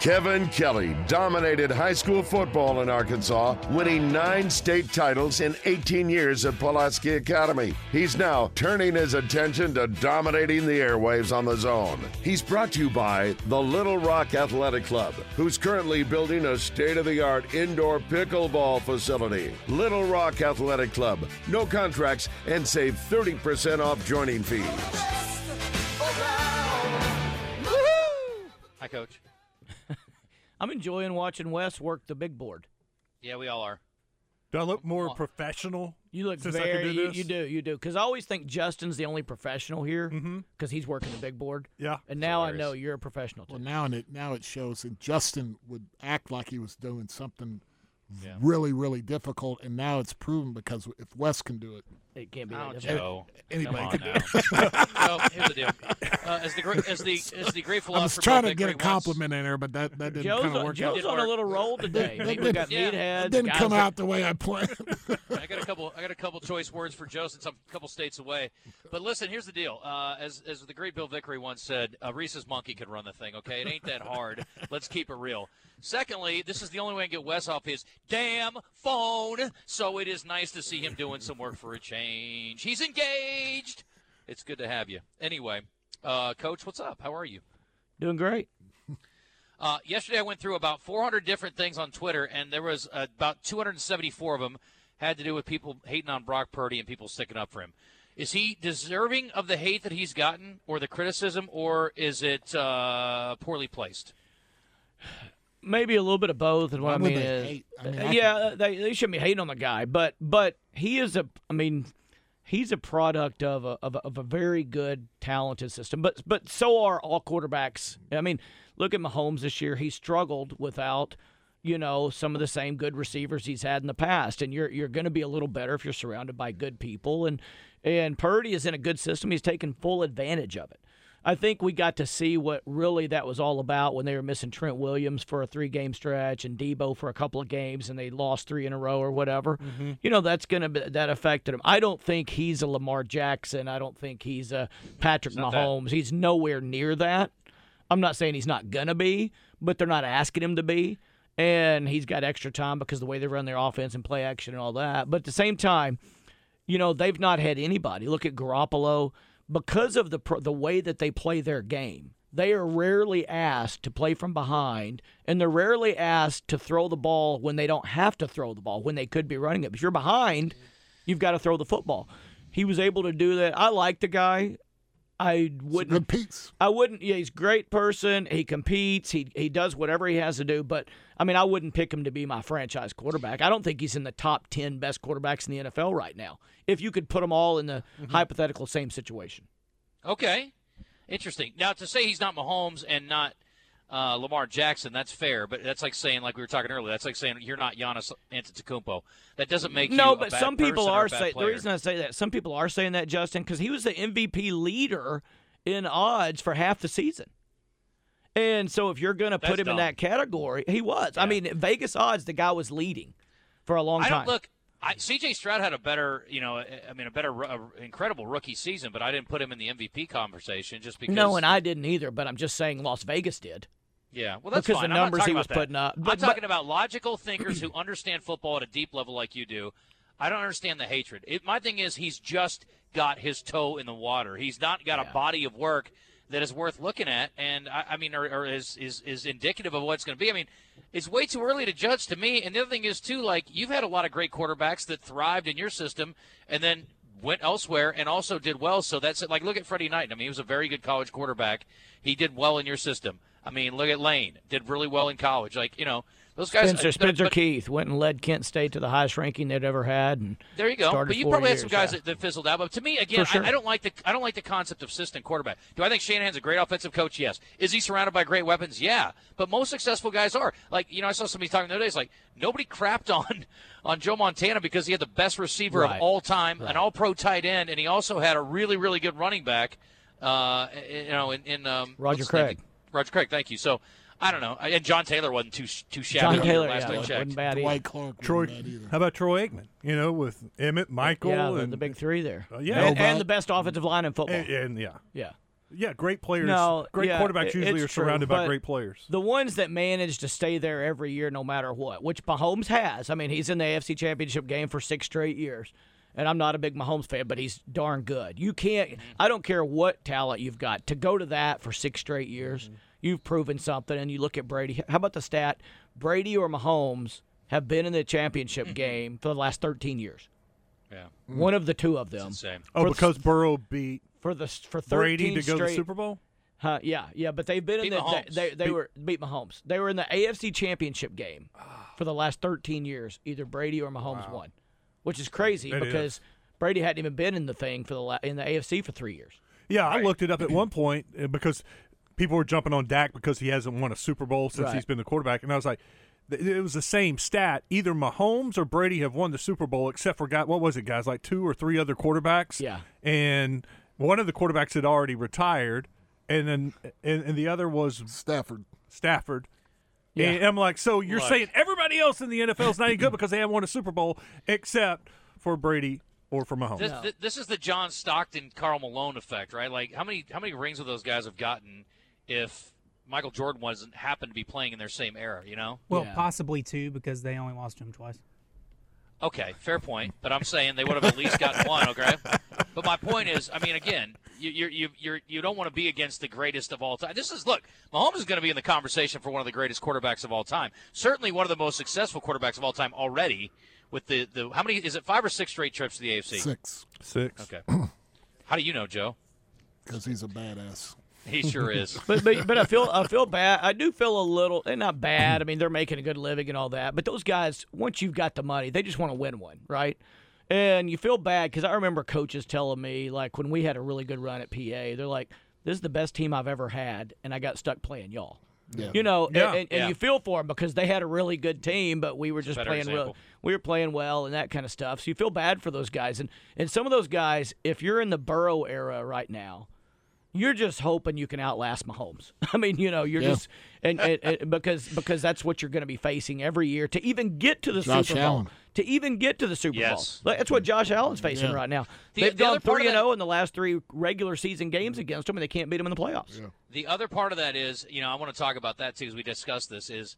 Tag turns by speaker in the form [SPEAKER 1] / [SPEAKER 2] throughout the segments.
[SPEAKER 1] Kevin Kelly dominated high school football in Arkansas, winning nine state titles in 18 years at Pulaski Academy. He's now turning his attention to dominating the airwaves on the zone. He's brought to you by the Little Rock Athletic Club, who's currently building a state of the art indoor pickleball facility. Little Rock Athletic Club, no contracts, and save 30% off joining fees.
[SPEAKER 2] Hi, Coach.
[SPEAKER 3] I'm enjoying watching Wes work the big board.
[SPEAKER 2] Yeah, we all are.
[SPEAKER 4] Do I look more professional?
[SPEAKER 3] You look
[SPEAKER 4] since I can
[SPEAKER 3] very.
[SPEAKER 4] do
[SPEAKER 3] you,
[SPEAKER 4] this?
[SPEAKER 3] you do. You do. Because I always think Justin's the only professional here because
[SPEAKER 4] Mhm.
[SPEAKER 3] he's working the big board.
[SPEAKER 4] Yeah.
[SPEAKER 3] And now I
[SPEAKER 2] Hilarious.
[SPEAKER 3] know you're a professional. Too.
[SPEAKER 5] Well, now and it now it shows that Justin would act like he was doing something
[SPEAKER 2] Yeah.
[SPEAKER 5] really, really difficult, and now it's proven because if Wes can do it,
[SPEAKER 3] It can't be.
[SPEAKER 2] Oh,
[SPEAKER 3] that
[SPEAKER 2] Joe.
[SPEAKER 3] difficult.
[SPEAKER 5] anybody
[SPEAKER 2] Come on
[SPEAKER 5] can
[SPEAKER 2] now. well, here's the deal. Uh, as the great, as the as the great
[SPEAKER 5] I
[SPEAKER 2] philosopher,
[SPEAKER 5] was trying to
[SPEAKER 2] Bill
[SPEAKER 5] get a
[SPEAKER 2] Vickery once-
[SPEAKER 5] compliment in there, but that, that didn't
[SPEAKER 3] Joe's,
[SPEAKER 5] kind of
[SPEAKER 3] on,
[SPEAKER 5] work
[SPEAKER 3] Joe's on
[SPEAKER 5] out.
[SPEAKER 3] a little roll today.
[SPEAKER 5] That- that
[SPEAKER 3] we got
[SPEAKER 2] didn't-
[SPEAKER 3] meatheads.
[SPEAKER 5] It didn't
[SPEAKER 3] guys
[SPEAKER 5] come
[SPEAKER 3] that-
[SPEAKER 5] out the way I planned.
[SPEAKER 2] I got a couple. I got a couple choice words for Joe since I'm a couple states away. But listen, here's the deal. Uh, as as the great Bill Vickery once said, uh, Reese's monkey could run the thing. Okay, it ain't that hard. Let's keep it real. Secondly, this is the only way I can get Wes off his damn phone. So it is nice to see him doing some work for a change. He's engaged. It's good to have you. Anyway, uh, Coach, what's up? How are you?
[SPEAKER 3] Doing great.
[SPEAKER 2] Uh, yesterday, I went through about 400 different things on Twitter, and there was uh, about 274 of them had to do with people hating on Brock Purdy and people sticking up for him. Is he deserving of the hate that he's gotten, or the criticism, or is it uh, poorly placed?
[SPEAKER 3] Maybe a little bit of both. And what
[SPEAKER 5] Why
[SPEAKER 3] I mean
[SPEAKER 5] would they
[SPEAKER 3] is, uh,
[SPEAKER 5] hate? I mean, I
[SPEAKER 3] yeah, they, they shouldn't be hating on the guy, but but he is a. I mean, he's a product of a of a, of a very good, talented system. But but so are all quarterbacks. I mean, look at Mahomes this year. He struggled without. You know some of the same good receivers he's had in the past, and you're you're going to be a little better if you're surrounded by good people. And and Purdy is in a good system. He's taken full advantage of it. I think we got to see what really that was all about when they were missing Trent Williams for a three game stretch and Debo for a couple of games and they lost three in a row or whatever.
[SPEAKER 2] Mm-hmm.
[SPEAKER 3] You know, that's going to that affected him. I don't think he's a Lamar Jackson. I don't think he's a Patrick
[SPEAKER 2] not that.
[SPEAKER 3] Mahomes. He's nowhere near that. I'm not saying he's not going to be, but they're not asking him to be. And he's got extra time because the way they run their offense and play action and all that. But at the same time, you know they've not had anybody look at Garoppolo because of the pro- the way that they play their game. They are rarely asked to play from behind, and they're rarely asked to throw the ball when they don't have to throw the ball when they could be running it. If you're behind, you've got to throw the football. He was able to do that. I like the guy. I wouldn't
[SPEAKER 5] Good piece.
[SPEAKER 3] I wouldn't. Yeah, he's a great person. He competes. He he does whatever he has to do. But I mean, I wouldn't pick him to be my franchise quarterback. I don't think he's in the top ten best quarterbacks in the NFL right now. If you could put them all in the
[SPEAKER 2] Mm-hmm.
[SPEAKER 3] hypothetical same situation,
[SPEAKER 2] Okay, interesting. Now to say he's not Mahomes and not uh, Lamar Jackson, that's fair, but that's like saying, like we were talking earlier, that's like saying you're not Giannis Antetokounmpo. That doesn't make you
[SPEAKER 3] no.
[SPEAKER 2] a
[SPEAKER 3] But
[SPEAKER 2] bad
[SPEAKER 3] some people
[SPEAKER 2] person or a
[SPEAKER 3] are
[SPEAKER 2] bad
[SPEAKER 3] saying the
[SPEAKER 2] player.
[SPEAKER 3] reason I say that some people are saying that Justin because he was the MVP leader in odds for half the season. And so if you're going to put
[SPEAKER 2] That's
[SPEAKER 3] him
[SPEAKER 2] dumb.
[SPEAKER 3] in that category, he was. I
[SPEAKER 2] Yeah.
[SPEAKER 3] mean, Vegas odds the guy was leading for a long
[SPEAKER 2] I
[SPEAKER 3] time.
[SPEAKER 2] don't look. I, CJ Stroud had a better, you know, I I mean, a better, ro- a incredible rookie season, but I didn't put him in the MVP conversation just because.
[SPEAKER 3] no, and I didn't either. But I'm just saying Las Vegas did.
[SPEAKER 2] Yeah, well, that's
[SPEAKER 3] because
[SPEAKER 2] fine.
[SPEAKER 3] the
[SPEAKER 2] I'm not
[SPEAKER 3] numbers
[SPEAKER 2] talking
[SPEAKER 3] he
[SPEAKER 2] about
[SPEAKER 3] was
[SPEAKER 2] that.
[SPEAKER 3] putting up. But-
[SPEAKER 2] I'm
[SPEAKER 3] but-
[SPEAKER 2] talking about logical thinkers who understand football at a deep level, like you do. I don't understand the hatred. It, my thing is, he's just got his toe in the water. He's not got a body of work that is worth looking at, and I, I mean, or, or is, is is indicative of what's going to be. I mean, it's way too early to judge to me. And the other thing is too, like you've had a lot of great quarterbacks that thrived in your system, and then went elsewhere and also did well. So that's it. Like, look at Freddie Knight. I mean, he was a very good college quarterback. He did well in your system. I mean, look at Lane. Did really well in college. Like, you know, those guys.
[SPEAKER 3] Spencer,
[SPEAKER 2] uh,
[SPEAKER 3] Spencer
[SPEAKER 2] but-
[SPEAKER 3] Keith went and led Kent State to the highest ranking they'd ever had. And
[SPEAKER 2] There you go.
[SPEAKER 3] started
[SPEAKER 2] But you
[SPEAKER 3] four
[SPEAKER 2] probably
[SPEAKER 3] years,
[SPEAKER 2] had some guys
[SPEAKER 3] yeah.
[SPEAKER 2] that, that fizzled out. But to me, again,
[SPEAKER 3] For sure.
[SPEAKER 2] I, I don't like the I don't like the concept of system quarterback. Do I think Shanahan's a great offensive coach? Yes. Is he surrounded by great weapons? Yeah. But most successful guys are like you know I saw somebody talking the other day. It's like nobody crapped on on Joe Montana because he had the best receiver
[SPEAKER 3] Right.
[SPEAKER 2] of all time, an All Pro tight end, and he also had a really really good running back. Uh, you know, in, in um,
[SPEAKER 3] Roger
[SPEAKER 2] what's his name?
[SPEAKER 3] Craig.
[SPEAKER 2] Roger Craig. Thank you. So I don't know. And John Taylor wasn't too too shabby
[SPEAKER 3] John
[SPEAKER 2] either,
[SPEAKER 3] Taylor,
[SPEAKER 2] last
[SPEAKER 3] yeah,
[SPEAKER 2] I
[SPEAKER 3] wasn't
[SPEAKER 2] checked.
[SPEAKER 3] bad either.
[SPEAKER 5] Dwight Clark
[SPEAKER 4] Troy.
[SPEAKER 5] wasn't bad either.
[SPEAKER 4] How about Troy Aikman? You know, with Emmett, Michael,
[SPEAKER 3] Yeah, the,
[SPEAKER 4] and
[SPEAKER 3] the big three there.
[SPEAKER 4] Uh, yeah.
[SPEAKER 3] and,
[SPEAKER 5] Well,
[SPEAKER 3] and the best offensive line in football.
[SPEAKER 4] and, and, yeah,
[SPEAKER 3] yeah.
[SPEAKER 4] yeah, great players.
[SPEAKER 3] No,
[SPEAKER 4] great
[SPEAKER 3] yeah,
[SPEAKER 4] quarterbacks
[SPEAKER 3] it-
[SPEAKER 4] usually
[SPEAKER 3] it's
[SPEAKER 4] are
[SPEAKER 3] true,
[SPEAKER 4] surrounded
[SPEAKER 3] but
[SPEAKER 4] by great players.
[SPEAKER 3] The ones that manage to stay there every year, no matter what, which Mahomes has. I mean, he's in the AFC Championship game for six straight years. And I'm not a big Mahomes fan, but he's darn good. You can't. I don't care what talent you've got to go to that for six straight years.
[SPEAKER 4] Mm-hmm.
[SPEAKER 3] You've proven something. And you look at Brady. How about the stat? Brady or Mahomes have been in the championship game for the last 13 years.
[SPEAKER 2] Yeah,
[SPEAKER 3] One of the two of them
[SPEAKER 2] insane.
[SPEAKER 4] Oh,
[SPEAKER 3] for-
[SPEAKER 4] because Burrow beat
[SPEAKER 3] for the for 13
[SPEAKER 4] Brady to go to
[SPEAKER 3] straight.
[SPEAKER 4] the Super Bowl.
[SPEAKER 3] Huh, yeah, yeah, but they've been
[SPEAKER 2] Beat
[SPEAKER 3] in the
[SPEAKER 2] Mahomes.
[SPEAKER 3] they, they, they were beat Mahomes. They were in the AFC Championship game
[SPEAKER 2] Ah.
[SPEAKER 3] for the last 13 years. Either Brady or Mahomes won, which is crazy
[SPEAKER 4] It
[SPEAKER 3] because Brady hadn't even been in the thing for the la- in the AFC for three years.
[SPEAKER 4] Yeah, I looked it up at one point uh, because people were jumping on Dak because he hasn't won a Super Bowl since
[SPEAKER 3] Right.
[SPEAKER 4] he's been the quarterback, and I was like, th- it was the same stat. Either Mahomes or Brady have won the Super Bowl, except for guy, what was it, guys? Like two or three other quarterbacks.
[SPEAKER 3] Yeah.
[SPEAKER 4] and one of the quarterbacks had already retired, and then and, and the other was
[SPEAKER 5] Stafford.
[SPEAKER 4] Stafford.
[SPEAKER 3] Yeah.
[SPEAKER 4] And I'm like, so you're
[SPEAKER 2] Look.
[SPEAKER 4] saying everybody else in the NFL is not any good because they haven't won a Super Bowl except for Brady or for Mahomes.
[SPEAKER 2] This, th- this is the John Stockton, Carl Malone effect, right? Like how many how many rings would those guys have gotten if Michael Jordan wasn't happened to be playing in their same era? You know?
[SPEAKER 6] Well,
[SPEAKER 3] Yeah.
[SPEAKER 6] possibly two because they only lost to him twice.
[SPEAKER 2] Okay, fair point. But I'm saying they would have at least gotten one. Okay. But my point is, I mean, again, you you you you're, you don't want to be against the greatest of all time. This is look, Mahomes is going to be in the conversation for one of the greatest quarterbacks of all time. Certainly one of the most successful quarterbacks of all time already. With the, the how many is it five or six straight trips to the AFC?
[SPEAKER 5] Six.
[SPEAKER 4] Six.
[SPEAKER 2] Okay. How do you know, Joe?
[SPEAKER 5] Because he's a badass.
[SPEAKER 2] He sure is.
[SPEAKER 3] But but, but I feel I feel bad. I do feel a little and not bad. I mean, they're making a good living and all that. But those guys, once you've got the money, they just want to win one, right? And you feel bad because I remember coaches telling me like when we had a really good run at PA, they're like, "This is the best team I've ever had," and I got stuck playing y'all.
[SPEAKER 5] Yeah.
[SPEAKER 3] You know, and-
[SPEAKER 4] Yeah.
[SPEAKER 3] and, and,
[SPEAKER 2] Yeah.
[SPEAKER 3] you feel for them because they had a really good team, but we were just
[SPEAKER 2] better
[SPEAKER 3] playing well.
[SPEAKER 2] example.
[SPEAKER 3] We were playing well and that kind of stuff. So you feel bad for those guys, and and some of those guys, if you're in the Burrow era right now, you're just hoping you can outlast Mahomes. I mean, you know, you're
[SPEAKER 5] Yeah.
[SPEAKER 3] just and, and, and because because that's what you're going to be facing every year to even get to the
[SPEAKER 5] Josh
[SPEAKER 3] Super
[SPEAKER 5] Allen.
[SPEAKER 3] Bowl. To even get to the Super
[SPEAKER 2] Yes.
[SPEAKER 3] Bowl, Like, that's what Josh Allen's facing
[SPEAKER 5] Yeah.
[SPEAKER 3] right now.
[SPEAKER 2] The-
[SPEAKER 3] They've
[SPEAKER 2] the
[SPEAKER 3] gone
[SPEAKER 2] other part
[SPEAKER 3] three
[SPEAKER 2] of
[SPEAKER 3] and
[SPEAKER 2] that-
[SPEAKER 3] zero in the last three regular season games against them, and they can't beat them in the playoffs.
[SPEAKER 2] The other part of that is, you know, I want to talk about that too as we discuss this is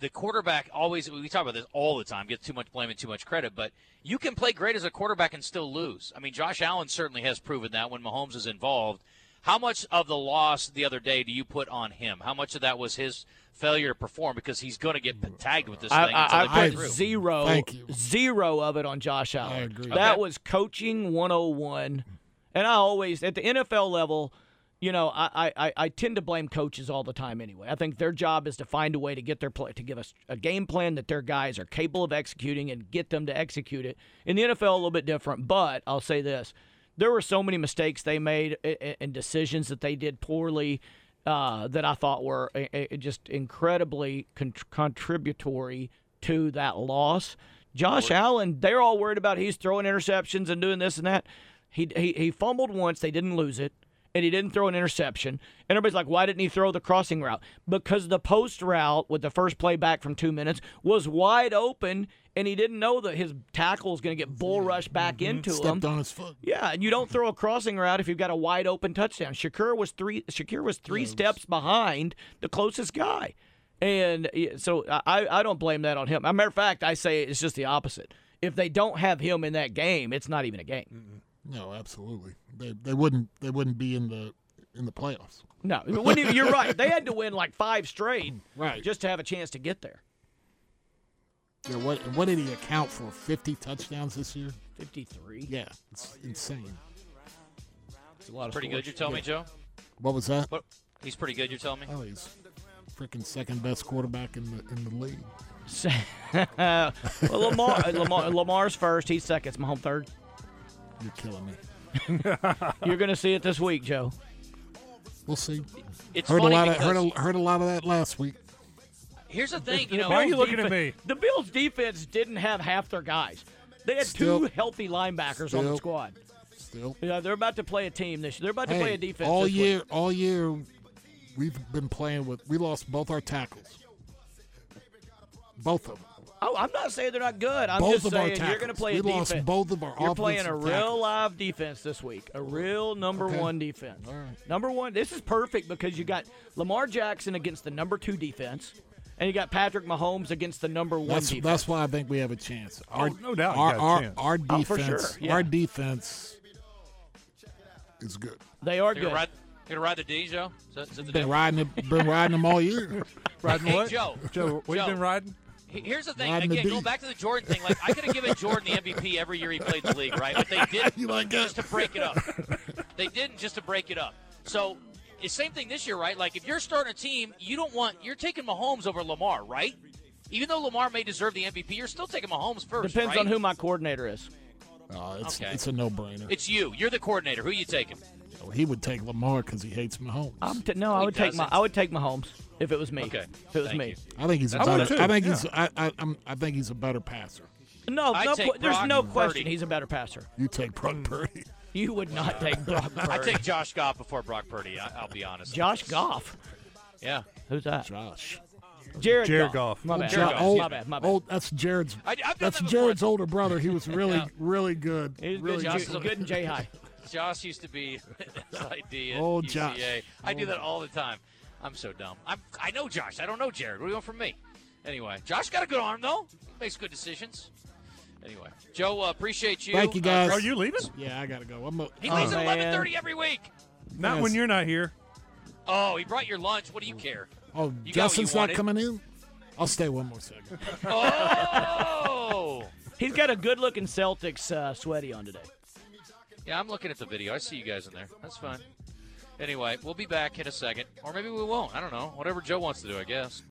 [SPEAKER 2] the quarterback always we talk about this all the time gets too much blame and too much credit, but you can play great as a quarterback and still lose. I mean, Josh Allen certainly has proven that when Mahomes is involved. How much of the loss the other day do you put on him? How much of that was his failure to perform because he's going to get p- tagged with this
[SPEAKER 3] I,
[SPEAKER 2] thing?
[SPEAKER 3] I,
[SPEAKER 2] until they
[SPEAKER 3] I
[SPEAKER 2] get
[SPEAKER 3] put
[SPEAKER 2] through.
[SPEAKER 3] zero,
[SPEAKER 5] Thank you.
[SPEAKER 3] zero of it on Josh Allen.
[SPEAKER 5] I agree.
[SPEAKER 3] That
[SPEAKER 2] Okay.
[SPEAKER 3] was coaching 101. And I always, at the NFL level, you know, I, I, I- I tend to blame coaches all the time anyway. I think their job is to find a way to get their play, to give us a game plan that their guys are capable of executing and get them to execute it. In the NFL, a little bit different, but I'll say this there were so many mistakes they made a- a- and decisions that they did poorly uh, that I thought were uh, uh, just incredibly con- contributory to that loss. Josh Allen, they're all worried about he's throwing interceptions and doing this and that. He, he he fumbled once, they didn't lose it, and he didn't throw an interception. And everybody's like, why didn't he throw the crossing route? Because the post route with the first play back from two minutes was wide open, and he didn't know that his tackle was going to get bull rushed back into him.
[SPEAKER 5] mm-hmm. Stepped on his foot.
[SPEAKER 3] Yeah, and you don't throw a crossing route if you've got a wide open touchdown. Shakur was three. Shakur was three steps behind the closest guy, and yeah, so I I don't blame that on him. As a matter of fact, I say it's just the opposite. If they don't have him in that game, it's not even a game.
[SPEAKER 5] No, absolutely. They they wouldn't they wouldn't be in the in the playoffs.
[SPEAKER 3] No, when you, you're right. They had to win like five straight
[SPEAKER 5] Right.
[SPEAKER 3] just to have a chance to get there.
[SPEAKER 5] Yeah, what what did he account for? Fifty touchdowns this year?
[SPEAKER 3] Fifty three.
[SPEAKER 5] Yeah, it's insane.
[SPEAKER 3] That's a lot of
[SPEAKER 2] Pretty
[SPEAKER 3] scores.
[SPEAKER 2] good, you're telling me, Joe?
[SPEAKER 5] What was that?
[SPEAKER 2] But he's pretty good, you're telling me?
[SPEAKER 5] Oh, he's freaking second best quarterback in the in the league.
[SPEAKER 3] well, Lamar, uh, Lamar, Lamar's first. He's second. It's Mahomes third.
[SPEAKER 5] You're killing me.
[SPEAKER 3] You're gonna see it this week, Joe.
[SPEAKER 5] We'll see.
[SPEAKER 2] It's
[SPEAKER 5] heard a
[SPEAKER 2] funny
[SPEAKER 5] lot of
[SPEAKER 2] because
[SPEAKER 5] heard a, heard a lot of that last week.
[SPEAKER 2] here's the thing, you know,
[SPEAKER 4] Why are you
[SPEAKER 3] Bills
[SPEAKER 4] looking at
[SPEAKER 3] defen-
[SPEAKER 4] me?
[SPEAKER 3] The Bills defense didn't have half their guys. They had
[SPEAKER 5] Still-
[SPEAKER 3] two healthy linebackers on the
[SPEAKER 5] still-
[SPEAKER 3] squad.
[SPEAKER 5] Still,
[SPEAKER 3] Yeah, they're about to play a team this year. They're about to play
[SPEAKER 5] Hey,
[SPEAKER 3] a defense
[SPEAKER 5] all
[SPEAKER 3] this week.
[SPEAKER 5] year. All year, we've been playing with. We lost both our tackles, both of them.
[SPEAKER 3] Oh, I'm not saying they're not good. I'm
[SPEAKER 5] Both
[SPEAKER 3] just
[SPEAKER 5] of our
[SPEAKER 3] saying you're going to
[SPEAKER 5] tackles.
[SPEAKER 3] play a
[SPEAKER 5] We lost
[SPEAKER 3] defense.
[SPEAKER 5] both of our
[SPEAKER 3] You're playing a
[SPEAKER 5] offensive
[SPEAKER 3] real
[SPEAKER 5] tackles.
[SPEAKER 3] live defense this week. A real number
[SPEAKER 5] Okay.
[SPEAKER 3] one defense.
[SPEAKER 5] All right.
[SPEAKER 3] Number one. This is perfect because you got Lamar Jackson against the number two defense, and you got Patrick Mahomes against the number one
[SPEAKER 5] That's
[SPEAKER 3] defense.
[SPEAKER 5] that's why I think we have a chance. Our,
[SPEAKER 4] Oh, no doubt you
[SPEAKER 5] Our
[SPEAKER 4] got a
[SPEAKER 5] our,
[SPEAKER 4] chance.
[SPEAKER 5] our
[SPEAKER 3] Oh, for
[SPEAKER 5] defense.
[SPEAKER 3] sure, yeah.
[SPEAKER 5] Our defense is good.
[SPEAKER 3] they are
[SPEAKER 2] They're gonna
[SPEAKER 3] good.
[SPEAKER 2] ride, they're gonna ride the D, Joe. Is that- is that the
[SPEAKER 5] Been
[SPEAKER 2] deal?
[SPEAKER 5] riding it, been riding them all year.
[SPEAKER 4] Riding
[SPEAKER 2] Hey,
[SPEAKER 4] what?
[SPEAKER 2] Joe.
[SPEAKER 4] Joe, what
[SPEAKER 2] Joe.
[SPEAKER 4] you been riding?
[SPEAKER 2] He- Here's the thing.
[SPEAKER 5] Riding the
[SPEAKER 2] Again,
[SPEAKER 5] D.
[SPEAKER 2] going back to the Jordan thing, like I could have given Jordan the MVP every year he played the league, right? But they didn't
[SPEAKER 5] You like that?
[SPEAKER 2] just to break it up. They didn't just to break it up. So it's same thing this year, right? Like if you're starting a team, you don't want you're taking Mahomes over Lamar, right? Even though Lamar may deserve the MVP, you're still taking Mahomes first.
[SPEAKER 3] Depends on
[SPEAKER 2] right?
[SPEAKER 3] who my coordinator is.
[SPEAKER 5] Oh, it's
[SPEAKER 2] Okay.
[SPEAKER 5] it's a no brainer.
[SPEAKER 2] It's you. You're the coordinator. Who you taking?
[SPEAKER 5] He would take Lamar because he hates Mahomes.
[SPEAKER 3] I'm t- no, I
[SPEAKER 2] He
[SPEAKER 3] would take my
[SPEAKER 2] doesn't.
[SPEAKER 3] I would take Mahomes if it was me.
[SPEAKER 2] Okay.
[SPEAKER 3] If it was
[SPEAKER 2] Thank
[SPEAKER 3] me.
[SPEAKER 2] you.
[SPEAKER 5] I think he's a
[SPEAKER 4] I would
[SPEAKER 5] better.
[SPEAKER 4] too,
[SPEAKER 5] I think
[SPEAKER 4] yeah.
[SPEAKER 5] he's. I, I, I'm, I think he's a better passer.
[SPEAKER 3] No,
[SPEAKER 2] I'd
[SPEAKER 3] no
[SPEAKER 2] take
[SPEAKER 3] que- there's
[SPEAKER 2] Brock
[SPEAKER 3] no
[SPEAKER 2] Purdy.
[SPEAKER 3] question he's a better passer.
[SPEAKER 5] You take Brock Purdy.
[SPEAKER 3] You would not take Brock
[SPEAKER 2] I
[SPEAKER 3] Purdy.
[SPEAKER 2] take Josh Goff before Brock Purdy. I, I'll be honest.
[SPEAKER 3] Josh Goff.
[SPEAKER 2] Yeah.
[SPEAKER 3] Who's that?
[SPEAKER 5] Josh.
[SPEAKER 3] Jared,
[SPEAKER 4] Jared Goff.
[SPEAKER 3] My
[SPEAKER 5] Old
[SPEAKER 3] bad.
[SPEAKER 5] Jo-
[SPEAKER 2] Jared Goff,
[SPEAKER 5] old-
[SPEAKER 3] my bad. My bad.
[SPEAKER 5] old- that's Jared's.
[SPEAKER 2] I- I've done
[SPEAKER 5] that's
[SPEAKER 2] that before.
[SPEAKER 5] Jared's older brother. He was really, really good.
[SPEAKER 3] He's
[SPEAKER 5] really
[SPEAKER 3] good.
[SPEAKER 2] Josh
[SPEAKER 3] He's
[SPEAKER 2] is a-
[SPEAKER 3] good in J High.
[SPEAKER 2] Josh used to be SID at
[SPEAKER 5] Oh,
[SPEAKER 2] UCA.
[SPEAKER 5] Josh.
[SPEAKER 2] I do that all the time. I'm so dumb. I'm, I know Josh. I don't know Jared. What do you want from me? Anyway, Josh got a good arm though. Makes good decisions. Anyway, Joe, uh, appreciate you.
[SPEAKER 5] Thank you, guys.
[SPEAKER 4] Are you leaving?
[SPEAKER 5] Yeah, I gotta go. I'm a, uh,
[SPEAKER 2] he leaves
[SPEAKER 3] Oh,
[SPEAKER 2] at
[SPEAKER 3] man.
[SPEAKER 2] 11:30 every week.
[SPEAKER 4] Not
[SPEAKER 5] Yes.
[SPEAKER 4] when you're not here.
[SPEAKER 2] Oh, he brought your lunch. What do you care?
[SPEAKER 5] oh,
[SPEAKER 2] you
[SPEAKER 5] Justin's not
[SPEAKER 2] wanted.
[SPEAKER 5] coming in. I'll stay one more second.
[SPEAKER 2] Oh.
[SPEAKER 3] He's got a good looking Celtics uh, sweaty on today.
[SPEAKER 2] Yeah, I'm looking at the video. I see you guys in there. That's fine. Anyway, we'll be back in a second, or maybe we won't. I don't know. Whatever Joe wants to do, I guess.